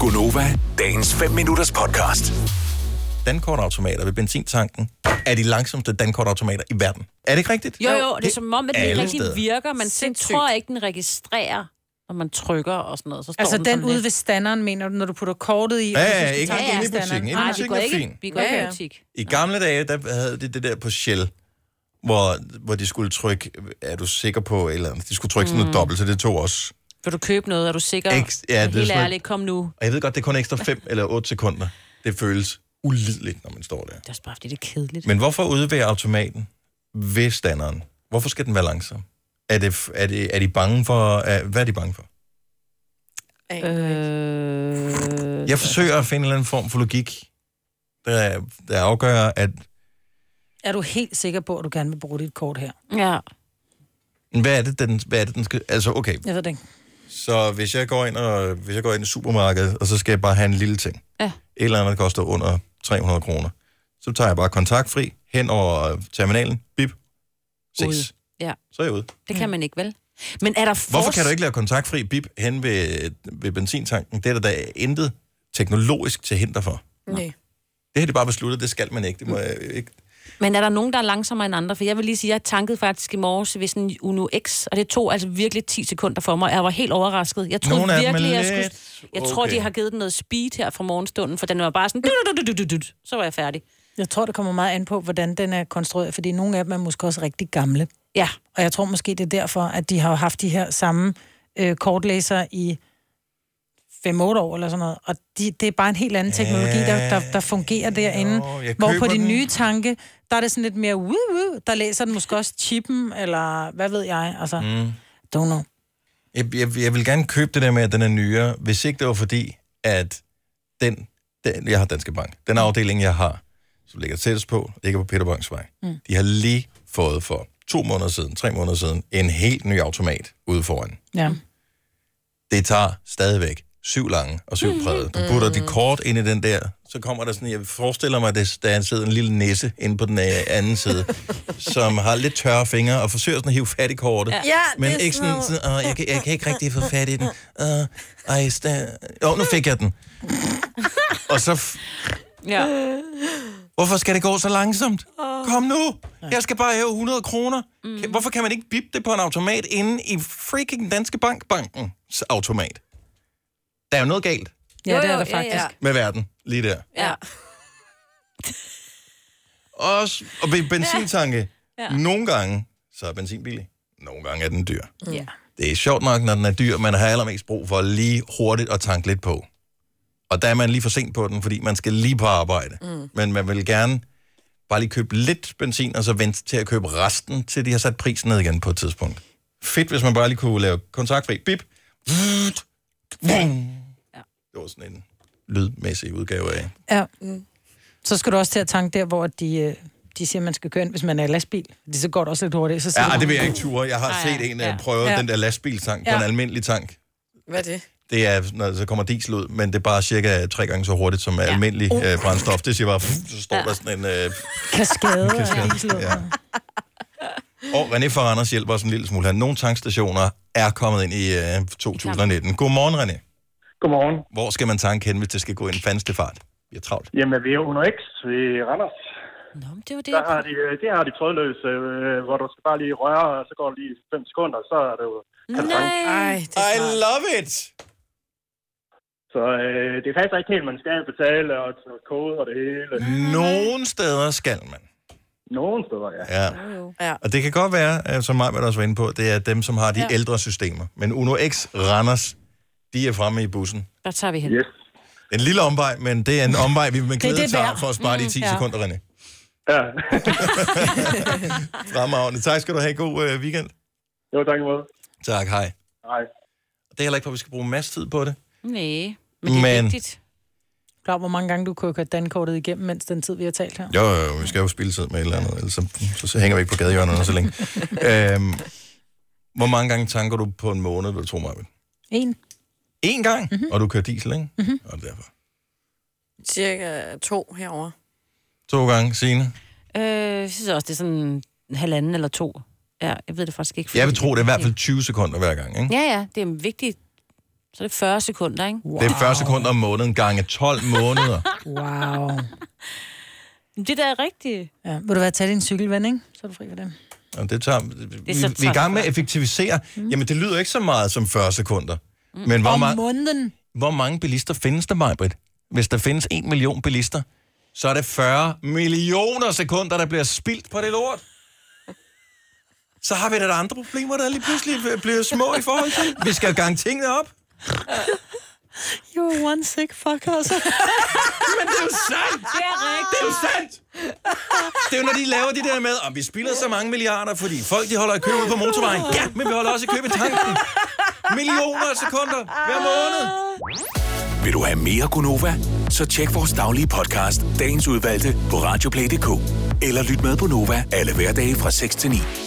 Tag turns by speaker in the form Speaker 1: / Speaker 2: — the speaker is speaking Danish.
Speaker 1: Gunova, dagens 5 minutters podcast.
Speaker 2: dankortautomater ved benzintanken er de langsomste dankortautomater i verden. Er det ikke rigtigt?
Speaker 3: Jo, jo, det er som om, at den ikke
Speaker 2: alle
Speaker 3: rigtig
Speaker 2: steder.
Speaker 3: virker. Man selv
Speaker 4: Sindssygt.
Speaker 3: tror ikke, den registrerer, når man trykker og sådan noget. Så står
Speaker 4: Altså den
Speaker 3: sådan
Speaker 4: ude
Speaker 3: lidt.
Speaker 4: ved standeren, mener du, når du putter kortet i? og
Speaker 2: Ja,
Speaker 4: så
Speaker 2: ja,
Speaker 4: skal
Speaker 2: ikke
Speaker 4: tage
Speaker 3: inde i
Speaker 4: af standeren?
Speaker 2: butikken. Inde i
Speaker 3: Nej, vi
Speaker 2: butikken
Speaker 3: går
Speaker 2: er
Speaker 3: ikke,
Speaker 2: fint.
Speaker 3: vi går ikke
Speaker 4: Ja,
Speaker 3: i
Speaker 4: ja.
Speaker 3: butik.
Speaker 2: I gamle dage, der havde det det der på Shell, hvor, hvor de skulle trykke, er du sikker på, et eller andet. de skulle trykke sådan noget
Speaker 3: Mm.
Speaker 2: dobbelt, så det tog også.
Speaker 3: Vil du købe noget? Er du sikker?
Speaker 2: Ex- ja, det er
Speaker 3: Helt
Speaker 2: sådan-
Speaker 3: ærligt, kom nu.
Speaker 2: Og jeg ved godt, det er kun ekstra 5 eller 8 sekunder. Det føles ulideligt, når man står der.
Speaker 3: Det er også bare, fordi det er kedeligt.
Speaker 2: Men hvorfor udvære automaten ved standeren? Hvorfor skal den være langsom? Er, det, er, det, er de bange for... Er, hvad er de bange for?
Speaker 3: Øh,
Speaker 2: Jeg forsøger at finde en eller anden form for logik, der, der afgør, at
Speaker 4: Er du helt sikker på, at du gerne vil bruge dit kort her?
Speaker 3: ja.
Speaker 2: Hvad er det, den, hvad er det, den skal... Altså, okay,
Speaker 4: Jeg ved det ikke.
Speaker 2: så hvis jeg går ind, og, hvis jeg går ind i supermarkedet, og så skal jeg bare have en lille ting.
Speaker 3: Ja.
Speaker 2: Et eller andet, der koster under 300 kroner. Så tager jeg bare kontaktfri hen over terminalen. Bip. Ses.
Speaker 3: Ude. Ja.
Speaker 2: Så er jeg ude.
Speaker 3: Det kan man ikke, vel? Men er der
Speaker 2: Hvorfor kan du ikke lave kontaktfri bip hen ved, ved benzintanken? Det er der da intet teknologisk til hinder for.
Speaker 5: Nej.
Speaker 2: Det har de bare besluttet, det skal man ikke. Det må jeg ikke.
Speaker 3: Men er der nogen, der er langsommere end andre? For jeg vil lige sige, at jeg tankede faktisk i morges ved sådan en Uno X, og det tog altså virkelig 10 sekunder for mig. Jeg var helt overrasket. Jeg troede
Speaker 2: Nogle af dem er
Speaker 3: virkelig, jeg skulle...
Speaker 2: lidt-
Speaker 3: Jeg tror,
Speaker 2: okay.
Speaker 3: de har givet den noget speed her fra morgenstunden, for den var bare sådan... dut-dut-dut-dut-dut. Så var jeg færdig.
Speaker 4: Jeg tror, det kommer meget an på, hvordan den er konstrueret, fordi nogle af dem er måske også rigtig gamle.
Speaker 3: Ja,
Speaker 4: Og jeg tror måske, det er derfor, at de har jo haft de her samme øh, kortlæser i 5-8 år eller sådan noget. Og de, det er bare en helt anden teknologi, der, der, der fungerer derinde.
Speaker 2: Nå, jeg
Speaker 4: hvor på
Speaker 2: køber
Speaker 4: de
Speaker 2: den.
Speaker 4: nye tanke, der er det sådan lidt mere woo -woo, der læser den måske også chippen, eller hvad ved jeg, altså. Mm. Don't know.
Speaker 2: Jeg, jeg, jeg vil gerne købe det der med, at den er nyere, hvis ikke det var fordi, at den, den jeg har Danske Bank, den afdeling, jeg har, som ligger tættest på, ligger på Peter Banks vej. Mm. De har lige fået for to måneder siden, tre måneder siden, en helt ny automat ude foran.
Speaker 4: Ja.
Speaker 2: Det tager stadigvæk syv lange og syv præget. Du putter dit kort ind i den der, så kommer der sådan, jeg forestiller mig, at det- der sidder en lille nisse inde på den øh, anden side, som har lidt tørre fingre og forsøger sådan at hive fat i kortet. Ja.
Speaker 5: Ja,
Speaker 2: Men
Speaker 5: det er
Speaker 2: ikke sådan,
Speaker 5: noget-
Speaker 2: sådan åh, jeg, kan, jeg kan ikke rigtig få fat i den. Åh, ej, sta- oh, nu fik jeg den. Og så, f-
Speaker 3: ja.
Speaker 2: hvorfor skal det gå så langsomt? Kom nu, jeg skal bare have 100 kroner. Kan- Hvorfor kan man ikke bippe det på en automat inde i freaking Danske Bank Bankens automat? Der er jo noget galt
Speaker 4: Ja,
Speaker 5: Jo,
Speaker 4: det er
Speaker 5: jo,
Speaker 4: der
Speaker 5: ja,
Speaker 4: faktisk.
Speaker 5: ja.
Speaker 2: med verden lige der.
Speaker 3: ja.
Speaker 2: Også, og ved benzintanke, nogle gange, så er benzin billig. Nogle gange er den dyr.
Speaker 3: ja.
Speaker 2: Det er sjovt nok, når den er dyr, man har allermest brug for lige hurtigt at tanke lidt på. Og der er man lige for sent på den, fordi man skal lige på arbejde. Mm. Men man vil gerne bare lige købe lidt benzin, og så vente til at købe resten, til de har sat prisen ned igen på et tidspunkt. Fedt, hvis man bare lige kunne lave kontaktfri. Bip. Vrrt. Vum. Det var sådan en lydmæssig udgave af.
Speaker 4: Ja. Mm. Så skal du også til at tanke der, hvor de, øh, de siger, at man skal køre ind, hvis man er i lastbil. Det så går det også lidt hurtigt. Så siger
Speaker 2: Ja, ej,
Speaker 4: du,
Speaker 2: det vil jeg ikke ture. Jeg har
Speaker 3: Ej,
Speaker 2: set en
Speaker 3: ja.
Speaker 2: ja. prøve ja.
Speaker 4: Ja.
Speaker 2: den der lastbiltank ja. på
Speaker 4: Ja.
Speaker 2: en almindelig tank.
Speaker 5: Hvad er det?
Speaker 2: Det er, når der så kommer diesel ud, men det er bare cirka tre gange så hurtigt som ja. almindelig uh. øh, brændstof. Det siger bare, pff, så står ja. der sådan en... Øh,
Speaker 4: kaskade.
Speaker 2: kaskade.
Speaker 4: og diesel.
Speaker 2: Ja. og René fra Randers hjælper os en lille smule her. Nogle tankstationer er kommet ind i øh, 2019. Godmorgen, René.
Speaker 6: Godmorgen.
Speaker 2: Hvor skal man tanke hen, hvis det skal gå ind fandste fart? Vi er travlt.
Speaker 6: Jamen, vi er under X ved Randers.
Speaker 3: Nå, men det var det.
Speaker 6: Der har de, øh, det har de trådløs, øh, hvor du skal bare lige røre, og så går det lige 5 sekunder, så er det jo...
Speaker 3: Nej.
Speaker 5: Ej, det er
Speaker 2: I
Speaker 5: smart.
Speaker 2: love it!
Speaker 6: Så øh, det er faktisk ikke helt, man skal betale, og sådan noget kode og det hele.
Speaker 2: Mm. Mm-hmm. Nogle steder skal man.
Speaker 6: Nogen steder, ja.
Speaker 2: Ja.
Speaker 5: Ja.
Speaker 2: Og det kan godt være, øh, som mig også var inde på, det er dem, som har de ja. ældre systemer. Men Uno X Randers, de er fremme i bussen.
Speaker 3: Der tager vi hen.
Speaker 6: Yes.
Speaker 2: En lille omvej, men det er en omvej, vi med
Speaker 4: er
Speaker 2: glæde
Speaker 4: det
Speaker 2: tager
Speaker 4: værd. Mm,
Speaker 2: for at spare de 10
Speaker 4: ja.
Speaker 2: sekunder, René.
Speaker 6: Ja.
Speaker 2: Fremragende. Tak skal du have. God øh, weekend.
Speaker 6: jo, tak imod.
Speaker 2: Tak, hej.
Speaker 6: Hej.
Speaker 2: Det er heller ikke, hvor vi skal bruge en masse tid på det.
Speaker 3: Nej, men det er
Speaker 2: Men-
Speaker 3: men... vigtigt.
Speaker 4: Klar, hvor mange gange du kunne have kørt dankortet igennem, mens den tid, vi har talt her.
Speaker 2: Jo, jo, jo, vi skal jo spille tid med et eller andet, ellers så, så, så hænger vi ikke på gadehjørnerne så længe. øhm, hvor mange gange tanker du på en måned, vil du tro mig?
Speaker 4: En.
Speaker 2: En gang, mm-hmm. og du kører diesel, ikke? Mm-hmm. Og derfor.
Speaker 5: Cirka to herover.
Speaker 2: To gange, Signe.
Speaker 3: Øh, jeg synes også, det er sådan en halvanden eller to. Ja, jeg ved det faktisk ikke.
Speaker 2: Jeg vil tro, det er i hvert fald 20 sekunder hver gang, ikke?
Speaker 3: Ja, ja, det er en vigtig Så er det 40 sekunder, ikke?
Speaker 2: Det er 40 sekunder om måneden gange 12 måneder.
Speaker 4: Wow.
Speaker 3: Men Det der er rigtigt.
Speaker 4: Ja. Vil du være tage din cykelven, ikke? Så er du fri for dem.
Speaker 2: Jamen, det tager,
Speaker 3: så
Speaker 2: vi, vi er i gang med at effektivisere. Jamen, det lyder ikke så meget som 40 sekunder. Men hvor,
Speaker 4: Om
Speaker 2: ma-
Speaker 4: måneden.
Speaker 2: hvor mange bilister findes der, Majbrit? Hvis der findes 1 million bilister, så er det 40 millioner sekunder, der bliver spildt på det lort. Så har vi da andre problemer, der lige pludselig bliver små i forhold til. Vi skal gange tingene op.
Speaker 4: You're one sick fucker. Altså.
Speaker 2: Men det er jo sandt! Det er rigtigt. Det er jo sandt! Det er jo, når de laver det der med, at vi spilder så mange milliarder, fordi folk de holder i kø ude på motorvejen. Ja, men vi holder også i kø i tanken. Millioner af sekunder hver måned.
Speaker 1: Vil du have mere Gunova? Så tjek vores daglige podcast, dagens udvalgte, på radioplay.dk. Eller lyt med på Nova alle hverdage fra 6 til 9.